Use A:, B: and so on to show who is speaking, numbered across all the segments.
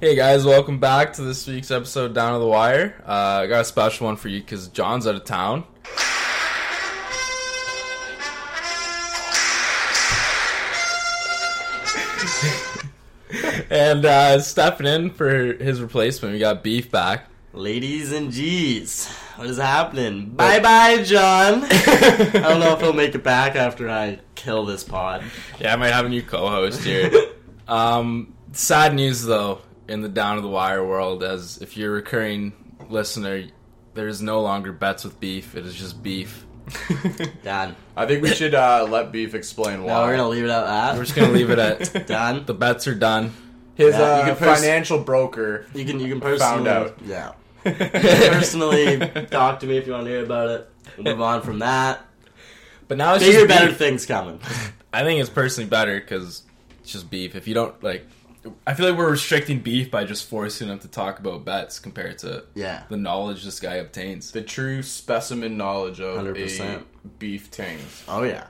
A: Hey guys, welcome back to this week's episode Down to the Wire. Uh, I got a special one for you because John's out of town. and uh, stepping in for his replacement, we got Beef back.
B: Ladies and G's, what is happening? Bye bye, John. I don't know if he'll make it back after I kill this pod.
A: Yeah, I might have a new co-host here. um, sad news though in the down of the wire world, as if you're a recurring listener, there is no longer bets with beef. It is just beef.
B: Done.
C: I think we should uh, let Beef explain
B: No, we're
C: why.
B: gonna leave it at that.
A: We're just gonna leave it at
B: Done.
A: the bets are done.
C: His
B: Yeah, you can
C: uh,
B: pers-
C: financial broker.
B: You can you can personally
C: Found out.
B: Yeah. Personally talk to me if you want to hear about it. We'll move on from that.
A: But now it's
B: Bigger,
A: just
B: better
A: beef.
B: things coming.
A: I think it's personally better because it's just beef. If you don't like, I feel like we're restricting beef by just forcing him to talk about bets compared to
B: Yeah.
A: the knowledge this guy obtains.
C: The true specimen knowledge of
B: 100%.
C: a beef ting.
B: Oh yeah.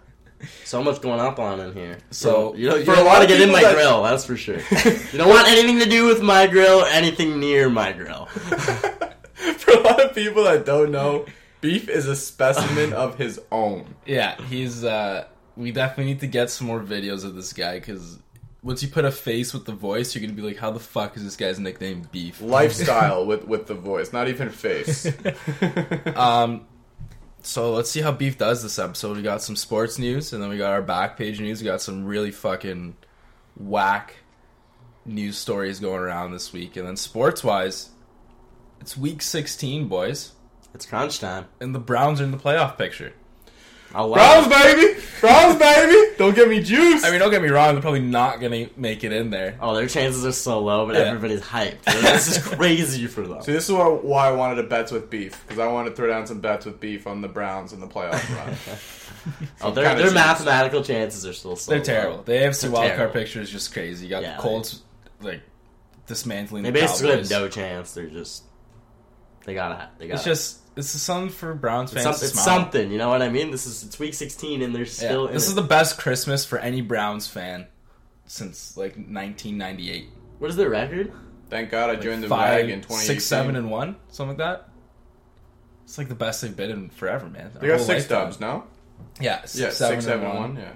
B: So much going up on in here.
A: So-
B: you know, you
C: For
B: don't
C: a lot
B: want to
C: of
B: get in
C: people
B: my
C: that-
B: grill. That's for sure. you don't want anything to do with my grill. Anything near my grill.
C: For a lot of people that don't know, Beef is a specimen of his own.
A: Yeah, he's. uh We definitely need to get some more videos of this guy because once you put a face with the voice, you're gonna be like, "How the fuck is this guy's nickname Beef?"
C: Lifestyle with, with the voice, not even face.
A: Um, so let's see how Beef does this episode. We got some sports news, and then we got our back page news. We got some really fucking whack news stories going around this week. And then sports wise, it's week 16, boys,
B: It's crunch time.
A: and the Browns are in the playoff picture.
B: Oh wow.
C: Browns, baby! Browns, baby! Don't give me juice!
A: I mean, don't get me wrong; they're probably not gonna make it in there.
B: Oh, their chances are so low, but
A: Yeah.
B: everybody's hyped. This is crazy for them.
C: See, this is why- why I wanted to bets with Beef, because I wanted to throw down some bets with Beef on the Browns in the playoff run.
B: Oh, their their
C: kinda chances.
B: mathematical chances are still so
A: They're
B: low.
A: terrible. The AFC
B: Oh, They're
A: wildcard
B: terrible.
A: picture is just crazy. You got
B: Yeah,
A: the Colts like dismantling.
B: They
A: the
B: basically
A: Cowboys.
B: have no chance. They're just they gotta ha- they gotta.
A: It's just it's something for Browns
B: it's,
A: fans.
B: some-
A: to
B: it's
A: smile.
B: something. You know what I mean? This is it's week sixteen, and they're still.
A: Yeah,
B: in
A: this
B: it.
A: is the best Christmas for any Browns fan since like 1998.
B: what is their record?
C: Thank God I joined the
A: Five,
C: bag in 2018.
A: six, seven, and one, something like that. It's like the best they've been in forever, man.
C: They got six dubs, no?
A: Yeah, six,
C: Yeah,
A: seven,
C: six,
A: and
C: seven, and
A: one.
C: one, yeah.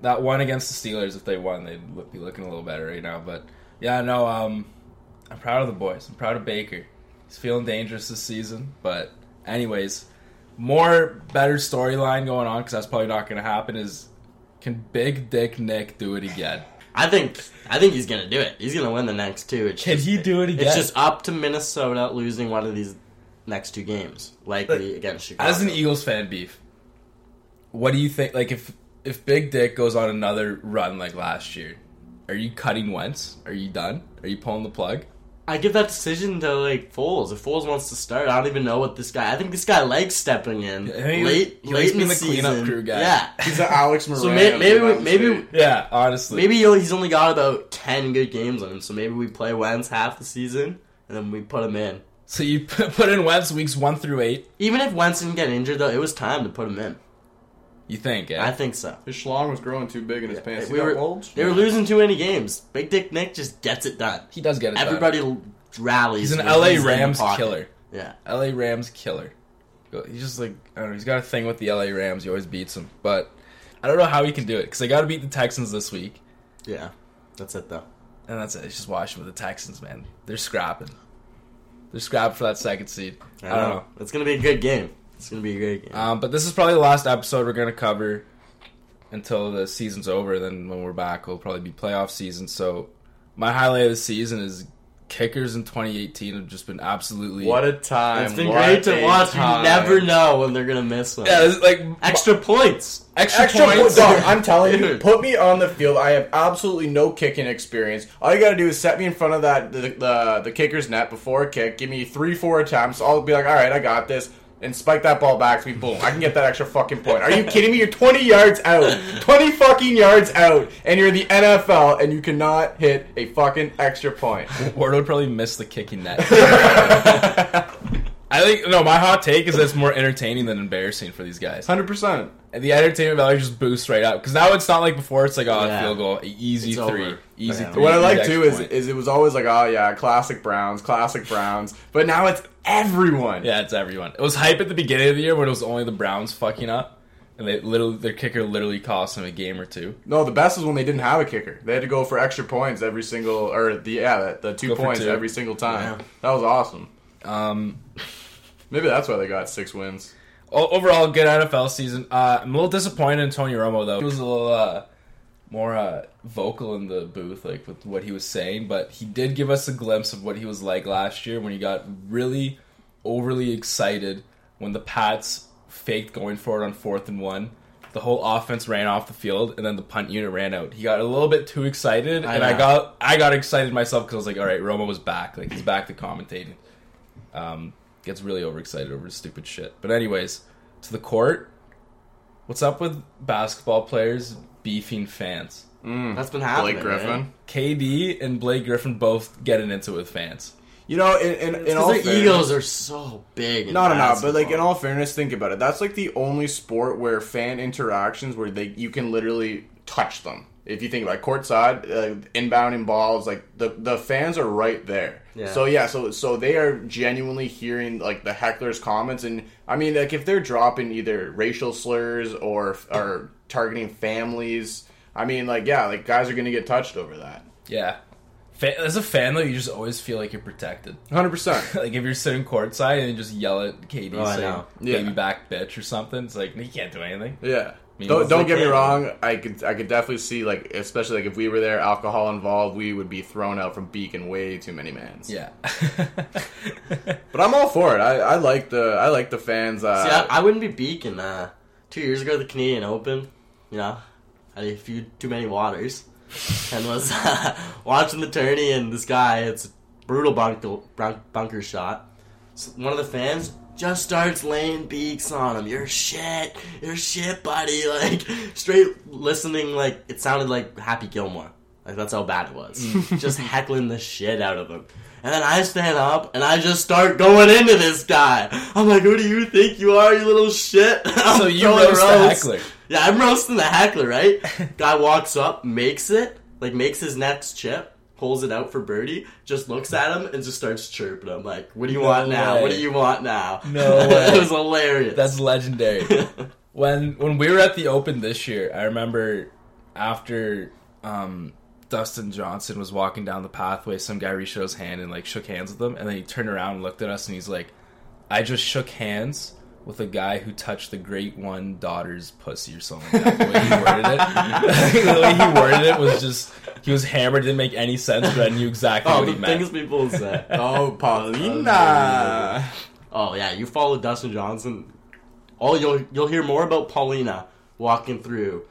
A: That one against the Steelers, if they won, they'd look- be looking a little better right now. But yeah, no, um, I'm proud of the boys. I'm proud of Baker. He's feeling dangerous this season. But anyways, more better storyline going on because that's probably not going to happen. Is can Big Dick Nick do it again?
B: I think I think he's gonna do it. He's gonna win the next two. It's
A: Can
B: just,
A: he do it again?
B: It's just up to Minnesota losing one of these next two games, likely against Chicago.
A: As an Eagles fan, beef. What do you think? Like, if if Big Dick goes on another run like last year, are you cutting Wentz? Are you done? Are you pulling the plug?
B: I give that decision to like Foles. If Foles wants to start, I don't even know what this guy. I think this guy likes stepping in
A: I think he-
B: late,
A: he likes
B: late in the,
A: being the cleanup
B: season.
A: crew guy.
B: Yeah.
C: He's the Alex Moran.
B: So may-
C: of
B: maybe
C: the
B: we-
C: Browns
B: maybe
C: State.
A: Yeah, honestly.
B: Maybe he'll- he's only got about ten good games on him, so maybe we play Wentz half the season and then we put him in.
A: So you put put in Wentz weeks one through eight.
B: Even if Wentz didn't get injured, though, it was time to put him in.
A: You think?
B: I
A: Eh?
B: think so.
C: His schlong was growing too big in his pants. See
B: We
C: that
B: were-
C: bulge?
B: They were losing too many games. Big Dick Nick just gets it done.
A: he does get it. done.
B: Everybody l- rallies.
A: He's an
B: when
A: LA
B: in the
A: Rams
B: pocket.
A: killer.
B: Yeah.
A: LA Rams killer. He's just like I don't know. He's got a thing with the LA Rams. He always beats them, but I don't know how he can do it because they got to beat the Texans this week,
B: Yeah. That's it, though.
A: and that's it. It's just Washington with the Texans, man. They're scrapping. They're scrapping for that second seed. I don't know.
B: It's going to be a good game. It's going to be a great game.
A: Um, but this is probably the last episode we're going to cover until the season's over. Then when we're back, it'll probably be playoff season. So my highlight of the season is kickers in 2018 have just been absolutely.
C: What a time!
B: It's been
C: What
B: great to
C: a
B: watch. You
C: time.
B: never know when they're gonna miss one.
A: yeah, it's like
B: Extra points.
A: extra,
C: Extra
A: points.
C: points, dog. I'm telling you,
B: Dude.
C: put me on the field. I have absolutely no kicking experience. All you gotta do is set me in front of that the the, the kicker's net before a kick. Give me three, four attempts. I'll be like, all right, I got this, and spike that ball back to me. Boom! I can get that extra fucking point. Are you kidding me? You're 20 yards out, 20 fucking yards out, and you're the NFL, and you cannot hit a fucking extra point. Hmm.
A: Ward would probably miss the kicking net. I think no. My hot take is that it's more entertaining than embarrassing for these guys.
C: Hundred percent.
A: And the entertainment value just boosts right up because now it's not like before. It's like oh,
B: Yeah.
A: field goal, easy
B: It's
A: three,
B: over.
A: easy
B: Yeah.
A: three.
C: What I
A: easy
C: like
A: extra
C: too is
A: point.
C: is it was always like, oh yeah, classic Browns, classic Browns. But now it's everyone.
A: yeah, it's everyone. It was hype at the beginning of the year when it was only the Browns fucking up, and they literally their kicker literally cost them a game or two.
C: No, the best was when they didn't have a kicker. They had to go for extra points every single, or the yeah, the, the two
A: Go for
C: points
A: two.
C: every single
B: Yeah.
C: time. That was awesome.
A: Um,
C: Maybe that's why they got six wins.
A: o- overall, good NFL season. Uh, I'm a little disappointed in Tony Romo though. He was a little uh, more uh, vocal in the booth, like with what he was saying, but he did give us a glimpse of what he was like last year when he got really overly excited when the Pats faked going for it on fourth and one. The whole offense ran off the field, and then the punt unit ran out. He got a little bit too excited,
B: I
A: and I
B: know.
A: got I got excited myself because I was like, "All right, Romo was back. Like he's back to commentating." Um, gets really overexcited over stupid shit. But anyways, to the court. What's up with basketball players beefing fans?
B: That's been happening.
C: Blake Griffin.
B: Man.
A: KD and Blake Griffin both getting into it with fans.
C: You know, in, in, in all
B: the
C: fairness,
B: Eagles are so big. in
C: No, no, no. But like in
B: basketball.
C: all fairness, think about it. That's like the only sport where fan interactions where they you can literally touch them. If you think about it, courtside, uh, inbounding balls, like the the fans are right there.
B: Yeah.
C: So yeah, so so they are genuinely hearing like the hecklers' comments, and I mean, like if they're dropping either racial slurs or or targeting families, I mean, like yeah, like guys are gonna get touched over that.
A: Yeah. Fa- As a fan, though, you just always feel like you're protected.
C: Hundred percent.
A: like if you're sitting courtside and you just yell at KD
B: Oh, I
A: saying
B: know.
C: Yeah.
A: "baby back bitch" or something, it's like you can't do anything.
C: Yeah.
A: mean,
C: Don't,
A: it's
C: don't
B: like
C: get me
B: that.
C: wrong. I could I could definitely see like especially like if we were there, alcohol involved, we would be thrown out from Beacon way too many mans.
A: Yeah.
C: But I'm all for it. I, I like the I like the fans. Uh,
B: See, I, I wouldn't be beaking. Uh, two years ago, at the Canadian Open, you know, I had a few too many waters, and was uh, watching the tourney, and this guy, it's a brutal bunker, bunk, bunker shot. So one of the fans just starts laying beaks on him. You're shit. You're shit, buddy. Like straight listening, like it sounded like Happy Gilmore. Like that's how bad it was.
A: Mm.
B: just heckling the shit out of him. And then I stand up and I just start going into this guy. I'm like, who do you think you are, you little shit? I'm
A: so you
B: throwing
A: roast the
B: roasts.
A: heckler.
B: Yeah, I'm roasting the heckler, right? Guy walks up, makes it, like makes his next chip, pulls it out for birdie, just looks at him and just starts chirping him like, "What do you
A: No
B: want now? What
A: way.
B: do you want now?"
A: No way.
B: it was hilarious.
A: That's legendary. when when we were at the Open this year, I remember after um, Dustin Johnson was walking down the pathway, some guy reached out his hand and like shook hands with him, and then he turned around and looked at us, and he's like, "I just shook hands." With a guy who touched the great one daughter's pussy or something. Like that. The way he worded it, the way he worded it was just—he was hammered. Didn't make any sense, but I knew exactly
B: oh,
A: what
B: the
A: he meant.
B: things people say.
C: oh, Paulina.
B: oh yeah, you follow Dustin Johnson. All you'll you'll hear more about Paulina walking through,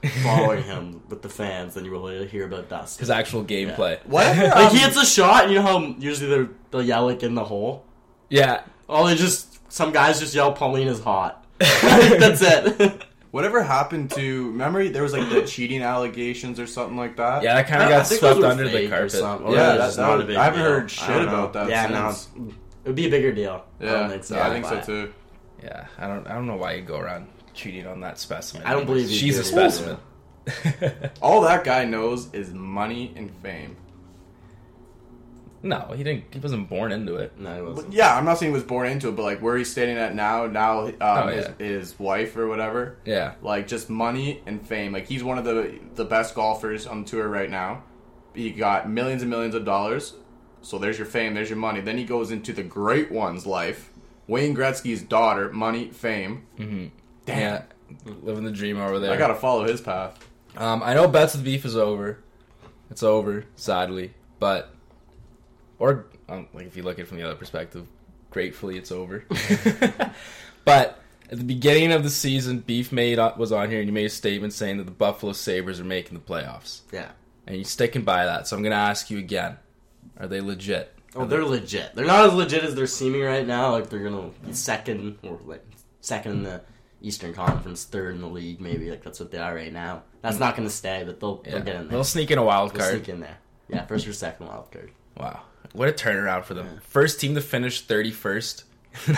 B: following him with the fans, than you will hear about Dustin.
A: His actual gameplay.
C: Whatever.
B: Like
C: um,
B: he hits a shot, and you know how usually they're they'll yell like in the hole.
A: Yeah,
B: Oh, they just some guys just yell Paulina's hot. That's it.
C: whatever happened to memory? There was like the cheating allegations or something like that.
A: yeah. That kind of
B: I- I
A: got
B: think
A: swept
B: those were
A: under the
B: fake or
A: carpet.
B: something.
C: Yeah,
B: Or
C: that-
B: it's just
C: that
B: not a
C: was-
B: big
C: I haven't
B: deal.
C: heard
B: I
C: shit
B: don't know.
C: about that
B: Yeah, no,
C: since.
B: it's- it would be a bigger deal. I
C: Yeah,
B: don't think so.
C: I think so
B: but-
C: too.
A: Yeah, I don't. I don't know why you go around cheating on that specimen.
B: I don't believe you
A: she's
B: do.
A: a specimen.
C: All that guy knows is money and fame.
A: no, he didn't. He wasn't born into it.
B: No, it
C: But
B: wasn't.
C: yeah, I'm not saying he was born into it, but like where he's standing at now, now um,
A: Oh,
C: his,
A: yeah.
C: his wife or whatever,
A: Yeah,
C: like just money and fame. Like he's one of the the best golfers on tour right now. He got millions and millions of dollars. So there's your fame, there's your money. Then he goes into the great one's life. Wayne Gretzky's daughter, money, fame. Damn.
A: yeah, living the dream over there.
C: I gotta follow his path.
A: um, I know bets with beef is over. It's over, sadly, but or um, like if you look at it from the other perspective, gratefully it's over. but at the beginning of the season, beef made uh, was on here and you made a statement saying that the Buffalo Sabers are making the playoffs,
B: Yeah.
A: and you're sticking by that. So I'm gonna ask you again: Are they legit?
B: Oh, they're legit. They're not as legit as they're seeming right now. Like they're gonna be second or like second in the Eastern Conference, third in the league, maybe. Like that's what they are right now. That's not gonna stay, but they'll,
A: Yeah.
B: they'll get in there.
A: They'll sneak in a wild
B: They'll
A: card.
B: sneak in there. Yeah, first or second wild card.
A: Wow. What a turnaround for them. First team to finish 31st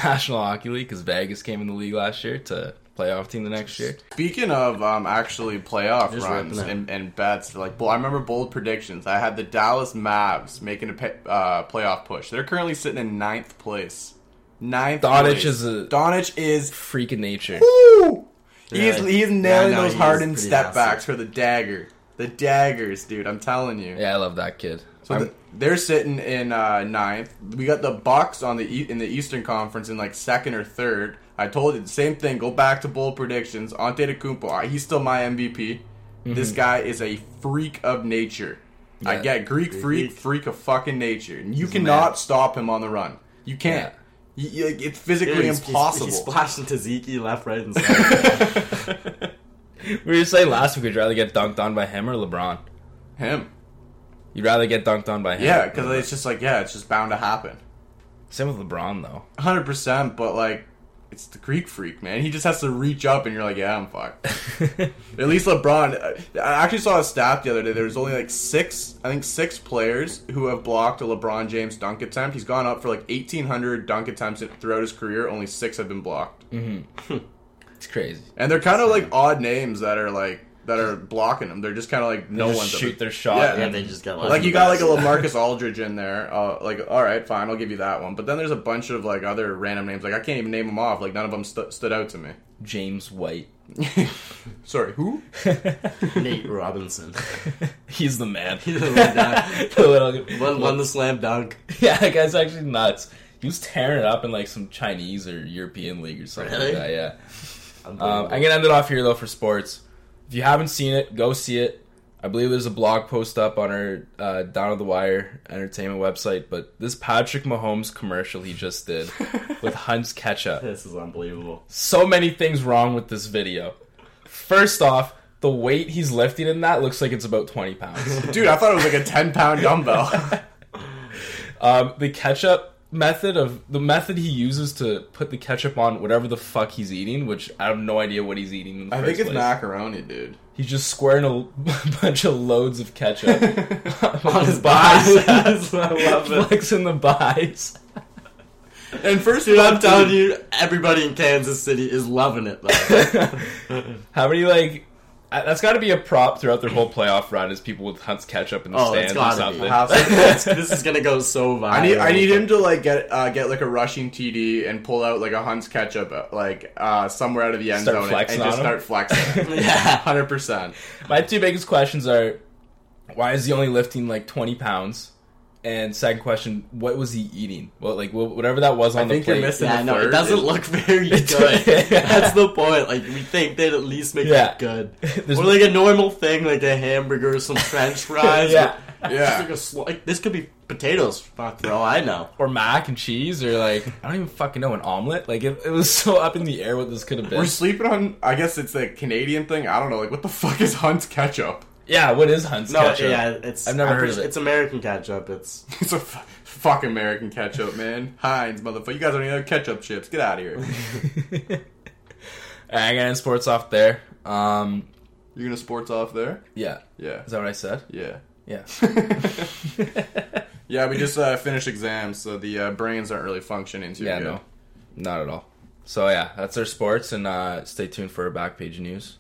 A: National Hockey League because Vegas came in the league last year to playoff team the next year.
C: Speaking of um, actually playoff
B: Just
C: runs
B: ripping it.
C: and, and bets, like well, I remember bold predictions. I had the Dallas Mavs making a pe- uh, playoff push. They're currently sitting in ninth place. Ninth.
A: Donich
C: place.
A: is a-
C: Donich is.
A: Freak of nature.
C: Woo! He's
B: Really?
C: he's
B: Yeah,
C: nailing
B: no,
C: those
B: he is
C: hardened
B: pretty
C: step
B: nasty.
C: backs for the dagger. The daggers, dude. I'm telling you.
A: Yeah, I love that kid.
C: So
A: I'm-
C: th they're sitting in uh, ninth. We got the Bucks on the e- in the Eastern Conference in like second or third. I told you the same thing. Go back to bold predictions. Ante Kumpo, he's still my MVP. This guy is a freak of nature. I
A: Yeah.
C: get Greek freak,
B: Freak.
C: freak of fucking nature. And you
A: He's a
C: cannot
A: man.
C: stop him on the run. You can't. You- you- like, it's physically
B: Dude, he's- he's-
C: impossible.
B: He splashed into Zeke left, right, and center.
A: we were saying last week, would you rather get dunked on by him or LeBron?
C: him.
A: You'd rather get dunked on by him.
C: Yeah, because it's just like yeah, it's just bound to happen.
A: Same with LeBron, though.
C: Hundred percent. But like, it's the Greek freak, man. He just has to reach up, and you're like, yeah, I'm fucked. At least LeBron. uh, I actually saw a stat the other day. There was only like six, I think six players who have blocked a LeBron James dunk attempt. He's gone up for like eighteen hundred dunk attempts throughout his career. Only six have been blocked,
A: it's crazy.
C: and they're kind of like odd names that are like that are blocking them. They're just kind of like no
A: Just
C: one's
A: shoot
C: ever-
A: their shot.
C: Yeah.
B: yeah, they just got
C: Like you got like a Lamarcus Aldridge in there. Uh, like all right, fine, I'll give you that one. But then there's a bunch of like other random names. Like I can't even name them off. Like none of them stu- stood out to me.
A: James White.
C: Sorry, who?
B: Nate Robinson.
A: He's the man.
B: He's the little guy.
A: The little-
B: Won, won the slam dunk.
A: Yeah, that guy's actually nuts. He was tearing it up in like some Chinese or European league or something
B: Really?
A: like that. Yeah. Um,
C: Uh,
B: Unbelievable.
A: I'm gonna end it off here though for sports. If you haven't seen it, go see it. I believe there's a blog post up on our uh, Down of the Wire entertainment website, but this Patrick Mahomes commercial he just did with Hunt's ketchup.
B: This is unbelievable.
A: So many things wrong with this video. First off, the weight he's lifting in that looks like it's about 20 pounds.
C: Dude, I thought it was like a ten pound dumbbell.
A: Um, the ketchup method of the method he uses to put the ketchup on whatever the fuck he's eating, which I have no idea what he's eating. In the
C: I
A: first
C: think it's
A: place.
C: macaroni, dude.
A: He's just squaring a l- bunch of loads of ketchup on his
B: biceps.
A: biceps.
B: I love it.
A: Flexing the biceps.
C: And first,
B: Dude, I'm telling you, everybody in Kansas City is loving it. Though.
A: How many like? I- That's got to be a prop throughout their whole playoff run is people with Hunt's ketchup in the
B: Oh, it's
A: stands or
B: gotta
A: something.
B: be.
C: House-
B: this is gonna go so viral.
C: I need I need him to like get uh, get like a rushing TD and pull out like a Hunt's ketchup uh, like uh, somewhere out of the end
A: Start
C: zone and,
A: flexing
C: and just
A: on
C: start flexing.
B: Yeah.
C: Hundred percent.
A: My two biggest questions are: Why is he only lifting like twenty pounds? And second question: What was he eating? Well, like wh- whatever that was on the
C: think you're
A: plate.
C: missing-
B: Yeah,
C: the
B: no, it
C: third
B: doesn't
C: is-
B: look very
A: It
B: good.
A: does-
B: That's the point. Like we think they'd at least make
A: Yeah.
B: it good,
A: There's-
B: or like a normal thing, like a hamburger, or some French fries.
A: yeah,
B: but-
C: Yeah.
B: Like a sl- like, this could be potatoes. Fuck, for all I know.
A: or mac and cheese, or like I don't even fucking know an omelet. Like it, it was so up in the air what this could have been.
C: We're sleeping on. I guess it's a Canadian thing. I don't know. Like, what the fuck is Hunt's ketchup?
A: yeah, what is Hunt's
B: No,
A: ketchup?
B: yeah, it's
A: I've never
B: I'm
A: heard
B: pretty-
A: of it.
B: It's American ketchup. It's
C: It's a f- fuck American ketchup, man. Heinz, motherfucker. You guys don't even have ketchup chips. Get out of here.
A: All right, I'm gonna end sports off there. Um,
C: You're gonna sports off there?
A: yeah,
C: Yeah.
A: is that what I said?
C: Yeah.
A: Yeah.
C: yeah, we just uh, finished exams, so the uh, brains aren't really functioning too
A: yeah,
C: good.
A: no, not at all. So yeah, that's our sports, and uh, stay tuned for our back page news.